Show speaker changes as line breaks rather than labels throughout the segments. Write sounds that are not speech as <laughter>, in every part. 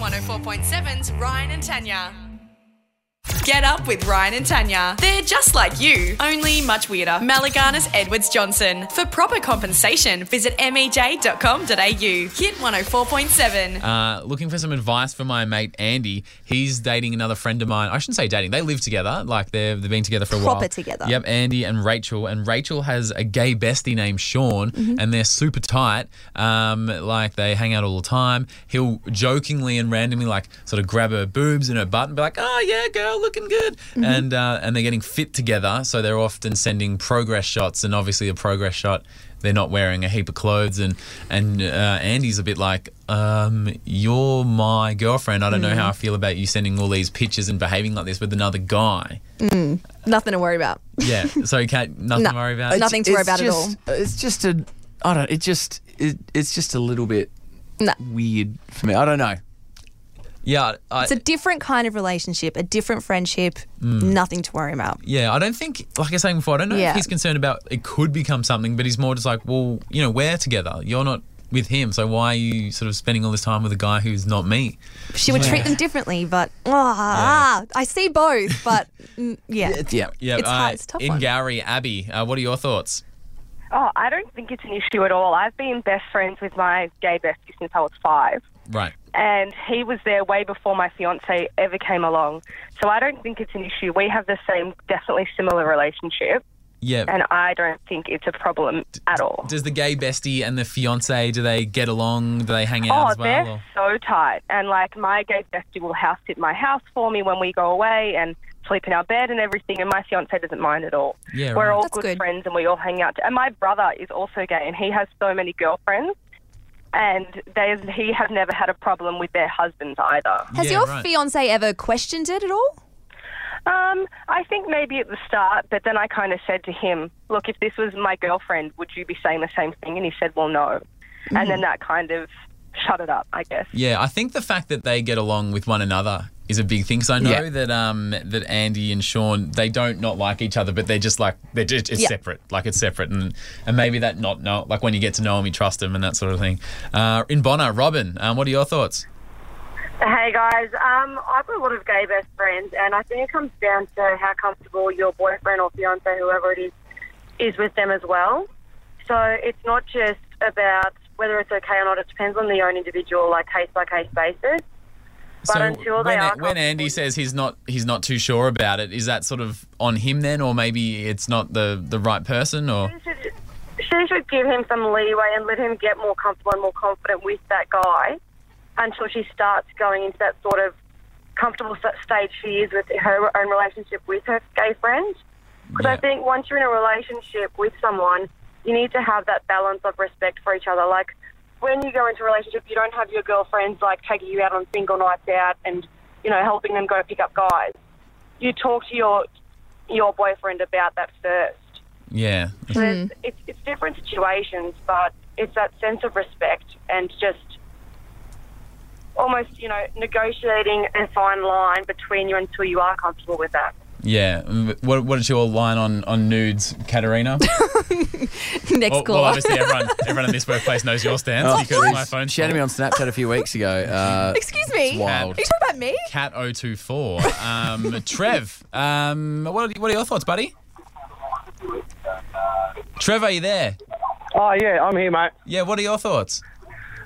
104.7's Ryan and Tanya. Get up with Ryan and Tanya. They're just like you, only much weirder. Malagana's Edwards Johnson. For proper compensation, visit E mej.com.au. Hit 104.7.
Uh, looking for some advice for my mate Andy. He's dating another friend of mine. I shouldn't say dating. They live together. Like they've they've been together for a while.
Proper together.
Yep. Andy and Rachel. And Rachel has a gay bestie named Sean,
Mm-hmm.
and they're super tight. Um, like they hang out all the time. He'll jokingly and randomly like sort of grab her boobs and her butt and be like, "Oh yeah, girl, looking good."
Mm-hmm.
And uh, and they're getting fit together, so they're often sending progress shots. And obviously, a progress shot they're not wearing a heap of clothes and and uh, Andy's a bit like um, you're my girlfriend I don't know how
Mm.
I feel about you sending all these pictures and behaving like this with another guy
Nothing to worry about.
yeah <laughs> so Kat nothing
No.
to worry about
Nothing to worry about at
just, at all. It's just a, I don't. It just, it, it's just a little bit
No.
weird for me. I don't know.
yeah I,
It's a different kind of relationship, a different friendship.
Hmm.
Nothing to worry about.
yeah I don't think like I was saying before I don't know
Yeah.
if he's concerned about it could become something but he's more just like well you know we're together you're not with him so why are you sort of spending all this time with a guy who's not me
She would treat them differently,
<laughs>
but ah, I see both. But mm, yeah,
Yeah.
yeah uh,
It's hard. It's a tough
in
one.
Gary Abby uh, what are your thoughts
Oh, I don't think it's an issue at all. I've been best friends with my gay bestie since I was five,
right
and he was there way before my fiance ever came along. So I don't think it's an issue. We have the same, definitely similar relationship,
yeah
and I don't think it's a problem at all.
Does the gay bestie and the fiance do they get along? Do they hang out
Oh,
as well?
they're
or-
so tight. And like my gay bestie will house sit my house for me when we go away and sleep in our bed and everything. And my fiance doesn't mind at all.
Yeah,
we're
right.
all
That's
good,
good.
friends and we all hang out. And my brother is also gay and he has so many girlfriends. And they he has never had a problem with their husbands either.
has
Yeah,
your
right.
fiance ever questioned it at all? <laughs>
Um, I think maybe at the start, but then I kind of said to him, "Look, if this was my girlfriend, would you be saying the same thing?" And he said, "Well, no." And
Mm.
then that kind of shut it up, I guess.
Yeah, I think the fact that they get along with one another is a big thing. So I know
Yeah.
that um that Andy and Sean they don't not like each other, but they're just like they're just it's
Yeah.
separate, like it's separate, and and maybe that not know like when you get to know them, you trust them and that sort of thing. Uh, in Bonner, Robin, um, what are your thoughts?
Hey guys, um, I've got a lot of gay best friends, and I think it comes down to how comfortable your boyfriend or fiance, whoever it is, is with them as well. So it's not just about whether it's okay or not. It depends on their own individual, like case by case basis. But
so
I'm sure they
when,
are
when Andy
comfortable.
says he's not he's not too sure about it, is that sort of on him then, or maybe it's not the the right person, or
She should, she should give him some leeway and let him get more comfortable and more confident with that guy until she starts going into that sort of comfortable st- stage she is with her own relationship with her gay friend. Because I
Yeah.
think once you're in a relationship with someone, you need to have that balance of respect for each other. Like when you go into a relationship, you don't have your girlfriends like taking you out on single nights out and you know helping them go pick up guys. You talk to your your boyfriend about that first.
yeah?
So it's, it's, it's different situations, but it's that sense of respect and just almost, you know, negotiating a fine line between you until you are comfortable with that.
Yeah. Mm, What, what is your line on, on nudes,
<laughs>
Katerina?
Next
Oh, well,
caller.
well, obviously, everyone, everyone in this workplace knows your stance because my phone.
Oh, She had me on Snapchat a few weeks ago. Uh,
Excuse me.
wild.
Are you talking about me?
Cat 024. Um, Trev, um, what, are, what are your thoughts, buddy? Trev, are you there?
Oh yeah, I'm here, mate.
Yeah, what are your thoughts?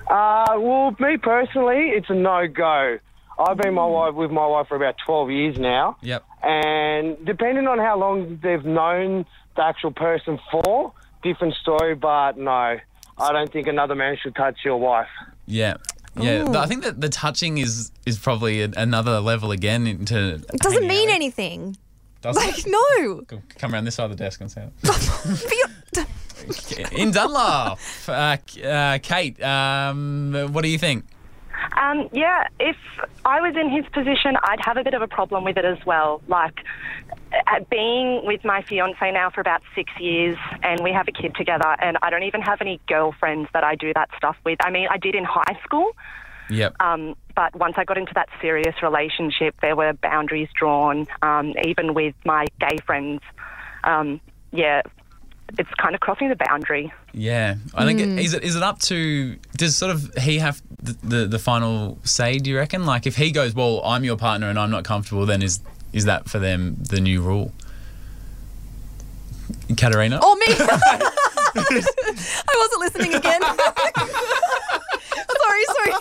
Uh, well, me personally, it's a no go. I've been my wife with my wife for about twelve years now.
Yep.
And depending on how long they've known the actual person for, different story. But no, I don't think another man should touch your wife.
Yeah. Yeah, th-
Oh.
I think that the touching is is probably a, another level again. Into
It doesn't mean anything. Like no.
Come around this side of the desk and say it.
Feel-
In Dunlop, uh, K- uh, Kate, um, what do you think?
Um, yeah, if I was in his position, I'd have a bit of a problem with it as well. Like uh, being with my fiance now for about six years, and we have a kid together, and I don't even have any girlfriends that I do that stuff with. I mean, I did in high school,
Yep.
um, but once I got into that serious relationship, there were boundaries drawn, um, even with my gay friends. Um, yeah, it's kind of crossing the boundary.
mm.
Yeah, I think it, is it is it up to does sort of he have the, the the final say? Do you reckon? Like, if he goes, well, I'm your partner and I'm not comfortable, then is is that for them the new rule? Katerina.
Or me. <laughs> I wasn't listening again. <laughs> sorry, sorry.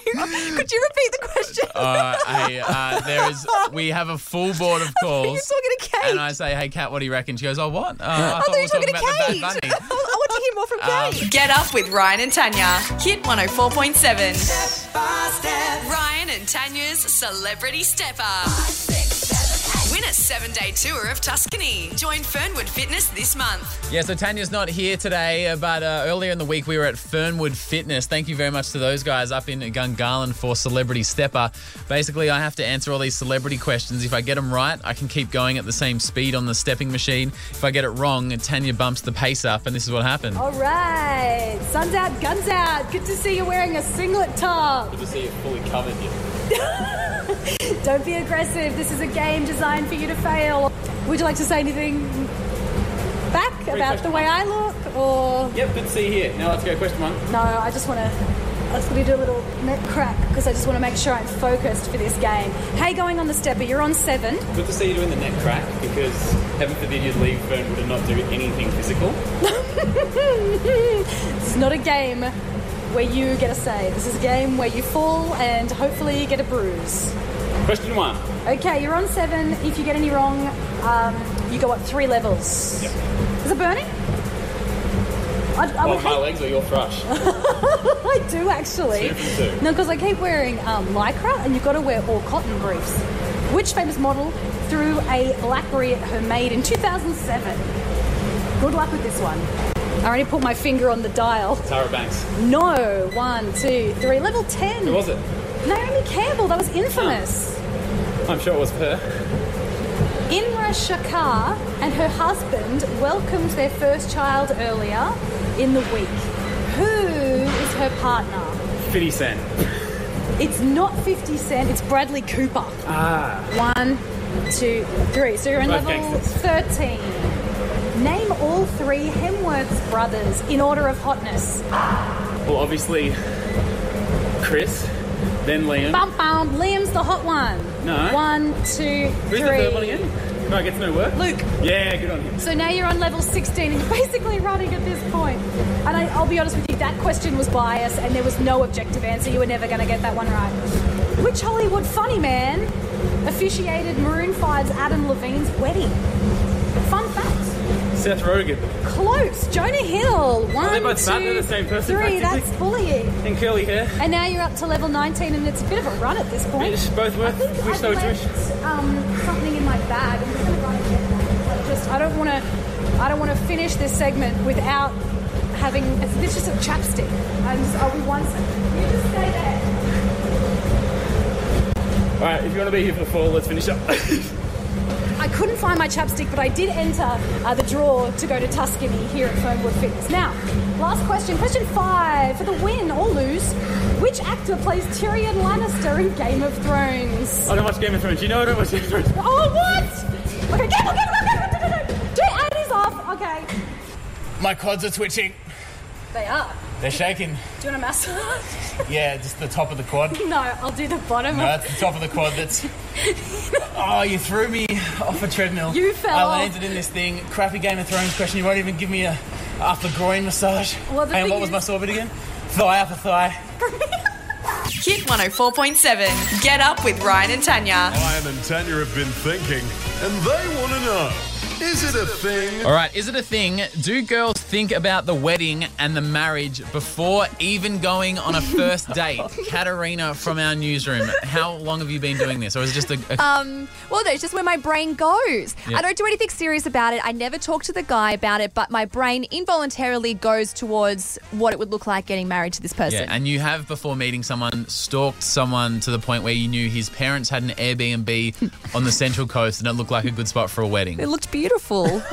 Could you repeat the question?
Uh, hey, uh, there is. We have a full
<laughs>
board of
You're
calls.
talking to Kate.
And I say, hey, Kat, what do you reckon? She goes, oh, what? Uh, I,
I
thought
thought
we
you
were
were
talking
talking
about
to
the Bad
Kate.
Bunny.
<laughs>
Um,
I want to hear more from Kate.
Get up with Ryan and Tanya. Hit 104.7. Ryan and Tanya's Celebrity Step Up. Win a seven day tour of Tuscany. Join Fernwood Fitness this month.
Yeah, so Tanya's not here today, uh, but uh, earlier in the week we were at Fernwood Fitness. Thank you very much to those guys up in Gungahlin for Celebrity Stepper. Basically, I have to answer all these celebrity questions. If I get them right, I can keep going at the same speed on the stepping machine. If I get it wrong, Tanya bumps the pace up, and this is what happened.
All right. Sun's out, guns out. Good to see you wearing a singlet top. Good to see you fully covered. Don't be aggressive. This is a game designed for you to fail. Would you like to say anything back about the way I look? Or
Yep, good to see you here. Now let's go question one.
no, I just want to. I just want to do a little neck crack because I just want to make sure I'm focused for this game. Hey, going on the stepper, you're on seven. <laughs>
Good to see you doing the neck crack because heaven forbid you'd leave Fernwood and not do anything physical.
It's not a game where you get a say. This is a game where you fall and hopefully you get a bruise.
Question one.
Okay, you're on seven. If you get any wrong, um, you go up three levels. Is it burning? I, I, would
On my
hate,
legs or your thrush?
<laughs> I do actually.
Two from two.
No, because I keep wearing um, lycra, and you've got to wear all cotton briefs. Which famous model threw a Blackberry at her maid in 2007? Good luck with this one. I already put my finger on the dial.
Tara Banks.
No, one, two, three. Level ten.
Who was it?
Naomi Campbell. That was infamous.
I'm sure it was her.
Imra Shakar and her husband welcomed their first child earlier in the week. Who is her partner?
50 Cent.
It's not 50 Cent. It's Bradley Cooper. Ah. One, two, three. So you're in
Both
level
gangsters.
thirteen. Name all three Hemworth brothers in order of hotness.
Well, obviously, Chris, then Liam.
Bum bum. Liam's the hot one.
No.
One, two,
Who's
three.
the third one again? No, I gets no work.
Luke.
Yeah, good on him.
So now you're on level 16 and you're basically running at this point. And I, I'll be honest with you, that question was biased and there was no objective answer. You were never going to get that one right. Which Hollywood funny man officiated Maroon 5's Adam Levine's wedding? Fun fact.
Seth Rogen
Close. Jonah Hill. One,
they're both fat, they're
two,
the same person,
three. That's
practically.
bullying.
and curly hair.
And now you're up to level 19 and it's a bit of a run at this point.
British, both were.
I think
Wish
I've
they were
left, um, something in my bag. I'm just going to run and get that. I just I don't want to I don't want to finish this segment without having it's, it's just a chapstick. I'm just, I'll be one second. You just stay there.
All right, if you want to be here for the fall, let's finish up.
I couldn't find my chapstick, but I did enter uh, the draw to go to Tuscany here at Fernwood Fitness. Now, last question, question five for the win or lose. Which actor plays Tyrion Lannister in Game of Thrones?
I don't watch Game of Thrones. You know I don't watch Game of Thrones.
Oh, what? Okay, gamble, gamble, gamble, gamble, gamble. Jay, it is off. Okay.
My quads are twitching.
They are.
They're shaking.
Do you want a massage?
Yeah, just the top of the quad. No,
<laughs> no, I'll do the bottom. of
that's the top of the quad
<laughs>
that's. Oh, you threw me off a treadmill.
You fell
I
off.
landed in this thing. Crappy Game of Thrones question. You won't even give me a upper groin massage.
Well, the
and
thing
what was
is-
my sorbet again? Thigh, upper thigh.
Hit 104.7. Get up with Ryan and Tanya.
Ryan and Tanya have been thinking, and they want to know is it a thing?
All right, is it a thing? Do girls think about the wedding and the marriage before even going on a first date? Katerina from our newsroom, how long have you been doing this? Or is it just a. a
Um, well, no, it's just where my brain goes.
Yeah.
I don't do anything serious about it. I never talk to the guy about it, but my brain involuntarily goes towards what it would look like getting married to this person.
yeah, and you have before meeting someone stalked someone to the point where you knew his parents had an Airbnb on the central coast and it looked like a good spot for a wedding.
it looked
<laughs>
beautiful.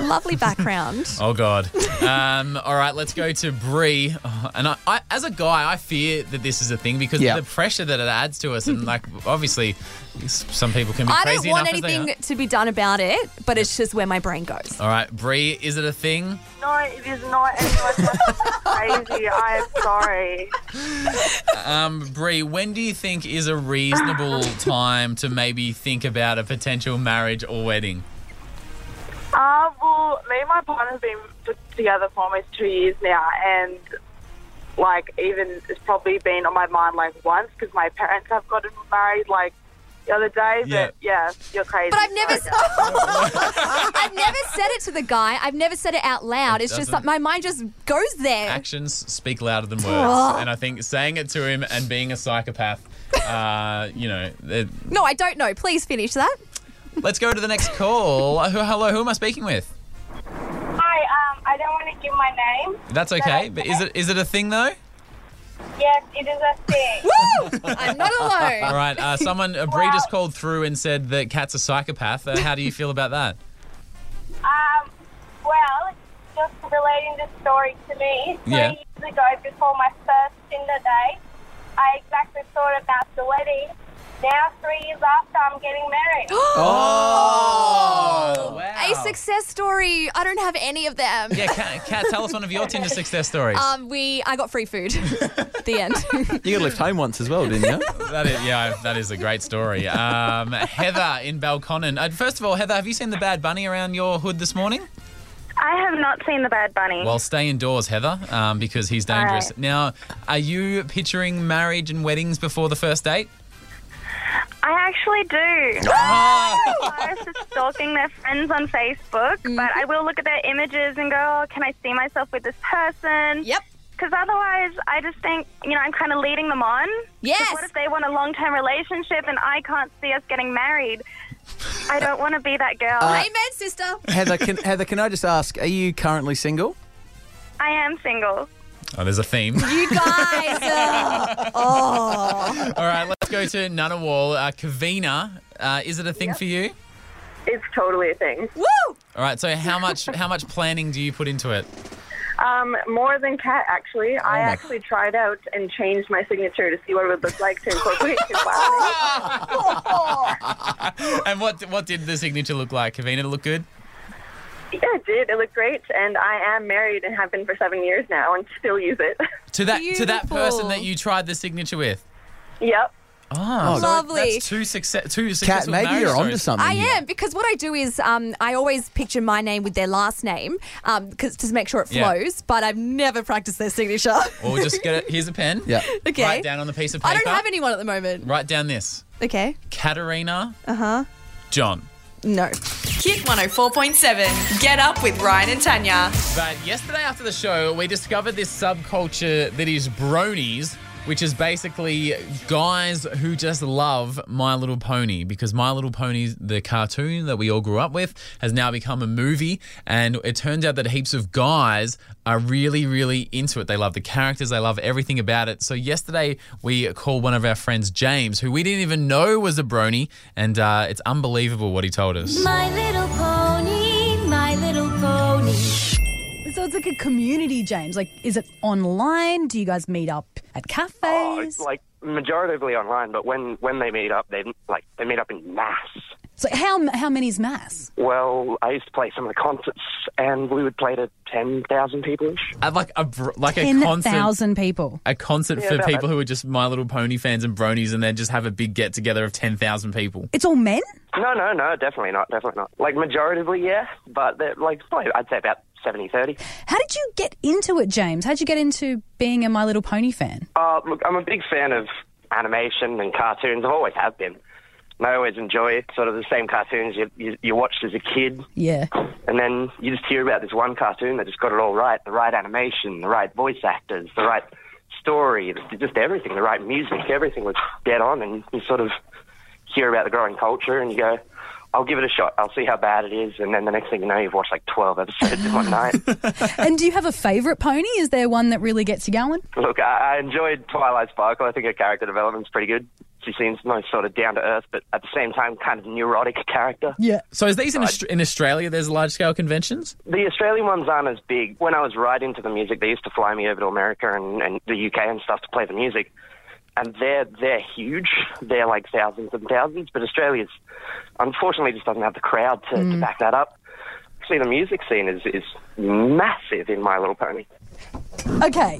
Lovely background.
Oh God. Um, all right, let's go to Bree. Oh, and I, I, as a guy, I fear that this is a thing because
Yeah.
the pressure that it adds to us, and like obviously, s- some people can be
I
crazy
don't want
enough as they
anything to be done about it, but it's just where my brain goes.
are. All right, Bree, is it a thing?
No, it is not. Anyone's crazy. I am sorry.
Um, Bree, when do you think is a
<laughs>
reasonable time to maybe think about a potential marriage or wedding?
Uh, well, me and my partner's been put together for almost two years now, and like even it's probably been on my mind like once because my parents have gotten married like the other day. But yeah, you're crazy.
But I've never, <laughs> I've never said it to the guy. I've never said it out loud.
It
it's just
doesn't-
that my mind just goes there.
Actions speak louder than words,
Oh.
and I think saying it to him and being a psychopath, uh, you know. it-
No, I don't know. Please finish that.
let's go to the next call. Uh, who- Hello, who am I speaking with?
Hi, um, I don't want to give my name.
That's okay, but is it is it a thing though?
Yes, it is a thing.
Woo! I'm not
All right, uh, someone uh, Bree just called through and said that Kat's a psychopath. Uh, how do you feel about that?
Um, well, just relating the story to me, three
Yeah.
years ago, before my first Tinder date, I exactly thought about the wedding. Now, three years after, I'm getting
<gasps>
married.
Oh,
A success story. I don't have any of them.
Yeah, Kat, Kat, tell us one of your Tinder success stories.
Um, we, I got free food. the end.
You got left home once as well, didn't you?
that is, yeah, that is a great story. Um, Heather in Balconnen. Uh, first of all, Heather, have you seen the bad bunny around your hood this morning?
I have not seen the Bad Bunny.
Well, stay indoors, Heather, um, because he's
All
dangerous.
right.
Now, are you picturing marriage and weddings before the first date?
I actually do.
Uh,
Ah,
I am stalking their friends on Facebook, but I will look at their images and go, oh, "Can I see myself with this person?"
Yep.
Because otherwise, I just think you know I'm kind of leading them on. Yes. What if they want a long-term relationship and I can't see us getting married? I don't want to be that girl.
Uh,
Amen, sister.
Heather, can, Heather, can I just ask, are you currently single?
I am single.
Oh, there's a theme.
You guys. uh, oh.
All right, let's go to Ngunnawal. Uh, Kavina, uh, is it a thing for you?
<laughs> It's totally a thing.
Woo!
All right, so how much how much planning do you put into it?
Um, more than cat, actually. I
Oh my-
actually tried out and changed my signature to see what it would look like to
<laughs>
incorporate his last name.
and what what did the signature look like, Kavina? Did it look good?
Yeah, it did. It looked great. And I am married and have been for seven years now and still use it. <laughs>
To that to that
Beautiful.
person that you tried the signature with.
yep.
Oh,
so Lovely.
That's two success two
Kat,
successful
maybe
marriage
you're onto
stories.
something.
I am because what I do is um, I always picture my name with their last name um, 'cause- to make sure it
Yeah. Oh,
flows, but I've never practiced their signature. <laughs>
Or just get it. Here's a pen. Yeah.
Okay.
Write down on the piece of
I
paper.
don't have anyone at the moment.
Write down this.
Okay.
Katerina
Uh
Uh-huh.
huh.
John.
No.
Hit 104.7. Get up with Ryan and Tanya.
But yesterday after the show, we discovered this subculture that is bronies, which is basically guys who just love My Little Pony because My Little Pony, the cartoon that we all grew up with, has now become a movie. And it turns out that heaps of guys are really, really into it. They love the characters, they love everything about it. So yesterday, we called one of our friends, James, who we didn't even know was a brony. And uh, it's unbelievable what he told us.
My little pony, my little pony.
So it's like a community, James. Like, is it online? Do you guys meet up at cafes?
Oh, it's like majoritively online, but when, when they meet up, they like they meet up in mass.
so how how many's mass?
Well, I used to play some of the concerts, and we would play to ten thousand people ish.
At like a br- like a
Ten
concert
thousand people.
a concert
Yeah,
for
about
people
that.
who are just My Little Pony fans and bronies, and then just have a big get together of ten thousand people.
It's all men.
No, no, no, definitely not, definitely not. Like majoritively, yeah, but they're, like probably I'd say about 70-30.
How did you get into it, James? How did you get into being a My Little Pony fan?
Uh, look, I'm a big fan of animation and cartoons. I've always have been. And I always enjoy sort of the same cartoons you, you, you watched as a kid.
Yeah.
And then you just hear about this one cartoon that just got it all right the right animation, the right voice actors, the right story, just everything, the right music, everything was dead on. And you sort of hear about the growing culture and you go, I'll give it a shot. I'll see how bad it is. And then the next thing you know, you've watched like 12 episodes in one night.
and do you have a favourite pony? Is there one that really gets you going?
Look, I, I enjoyed Twilight Sparkle. I think her character development's pretty good. She seems most sort of down to earth, but at the same time, kind of neurotic character.
Yeah. So is these in, Aust- in Australia? There's large scale conventions.
The Australian ones aren't as big. When I was right into the music, they used to fly me over to America and, and the UK and stuff to play the music. And they're they're huge. They're like thousands and thousands. But Australia's unfortunately just doesn't have the crowd to, to back that up. Actually, the music scene is is massive in My Little Pony.
Okay.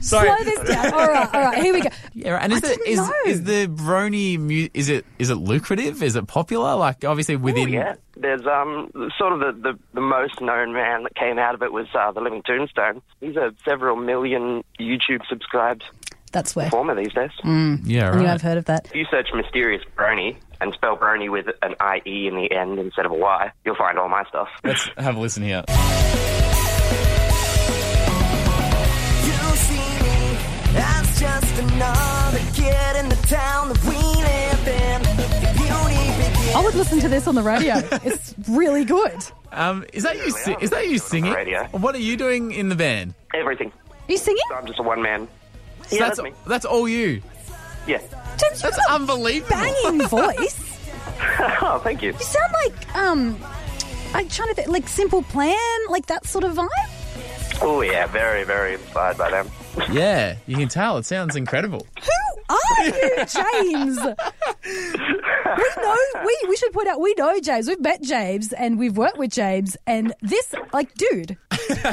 Sorry.
Slow this down. All right, all right. Here we go.
Yeah, right. and is
I
the
didn't
is,
know.
is the Brony mu- is it is it lucrative? Is it popular? Like obviously within
Yeah, there's um sort of the, the, the most known man that came out of it was uh, the Living Tombstone. He's a several million YouTube subscribed
That's where.
performer these days.
Yeah,
I knew
right.
I've heard of that.
If you search mysterious brony and spell brony with an I E in the end instead of a Y, you'll find all my stuff.
Let's have a listen here.
You see me as just another kid in the town that we live in. The beauty begins.
I would listen to this on the radio. It's really good.
Um, is that you? Si- is that you singing?
radio.
What are you doing in the band?
<laughs> Everything.
you singing?
I'm just a one man.
So
Yeah,
that's
that's me.
that's all you.
Yeah.
James,
that's unbelievable.
Oh, Banging voice.
oh, thank you.
You sound like um, I'm trying to think, like Simple Plan, like that sort of vibe.
Oh yeah, very very inspired by them.
Yeah, you can tell. It sounds incredible.
Are you James? we know we we should point out we know James. We've met James and we've worked with James. And this, like, dude,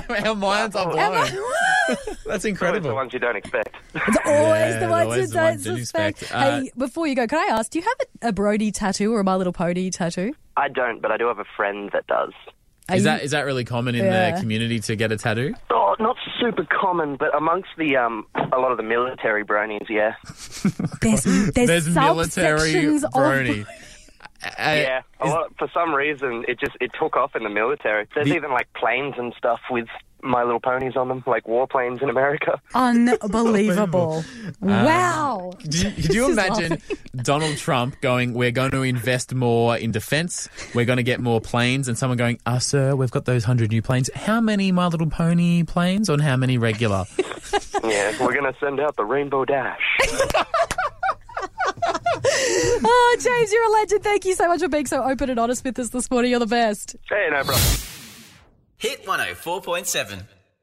<laughs> Our minds are blown.
<laughs>
That's
The
incredible.
ones you don't expect.
it's always
Yeah,
the ones
always
who
the one
don't
didn't
suspect.
expect. Uh,
hey, before you go, can I ask? Do you have a, a Brody tattoo or a My Little Pony tattoo?
<laughs> I don't, but I do have a friend that does.
Are
Is
you-
that is that really common in
Yeah.
the community to get a tattoo?
Oh, not super common, but amongst the um, a lot of the military bronies, yeah.
There's
There's military
subsections of-
brony. I-
yeah, a lot, for some reason it just it took off in the military. There's even like planes and stuff with My Little Ponies on them, like warplanes in America.
Unbelievable! wow.
Do you, <laughs> could you
This is
imagine
<laughs>
Donald Trump going, "We're going to invest more in defense. We're going to get more planes," and someone going, "Ah, sir, we've got those hundred new planes. How many My Little Pony planes on how many regular?"
yeah, we're gonna send out the Rainbow Dash.
Oh, James, you're a legend. Thank you so much for being so open and honest with us this morning. You're the best.
Hey, no problem.
Hit 104.7.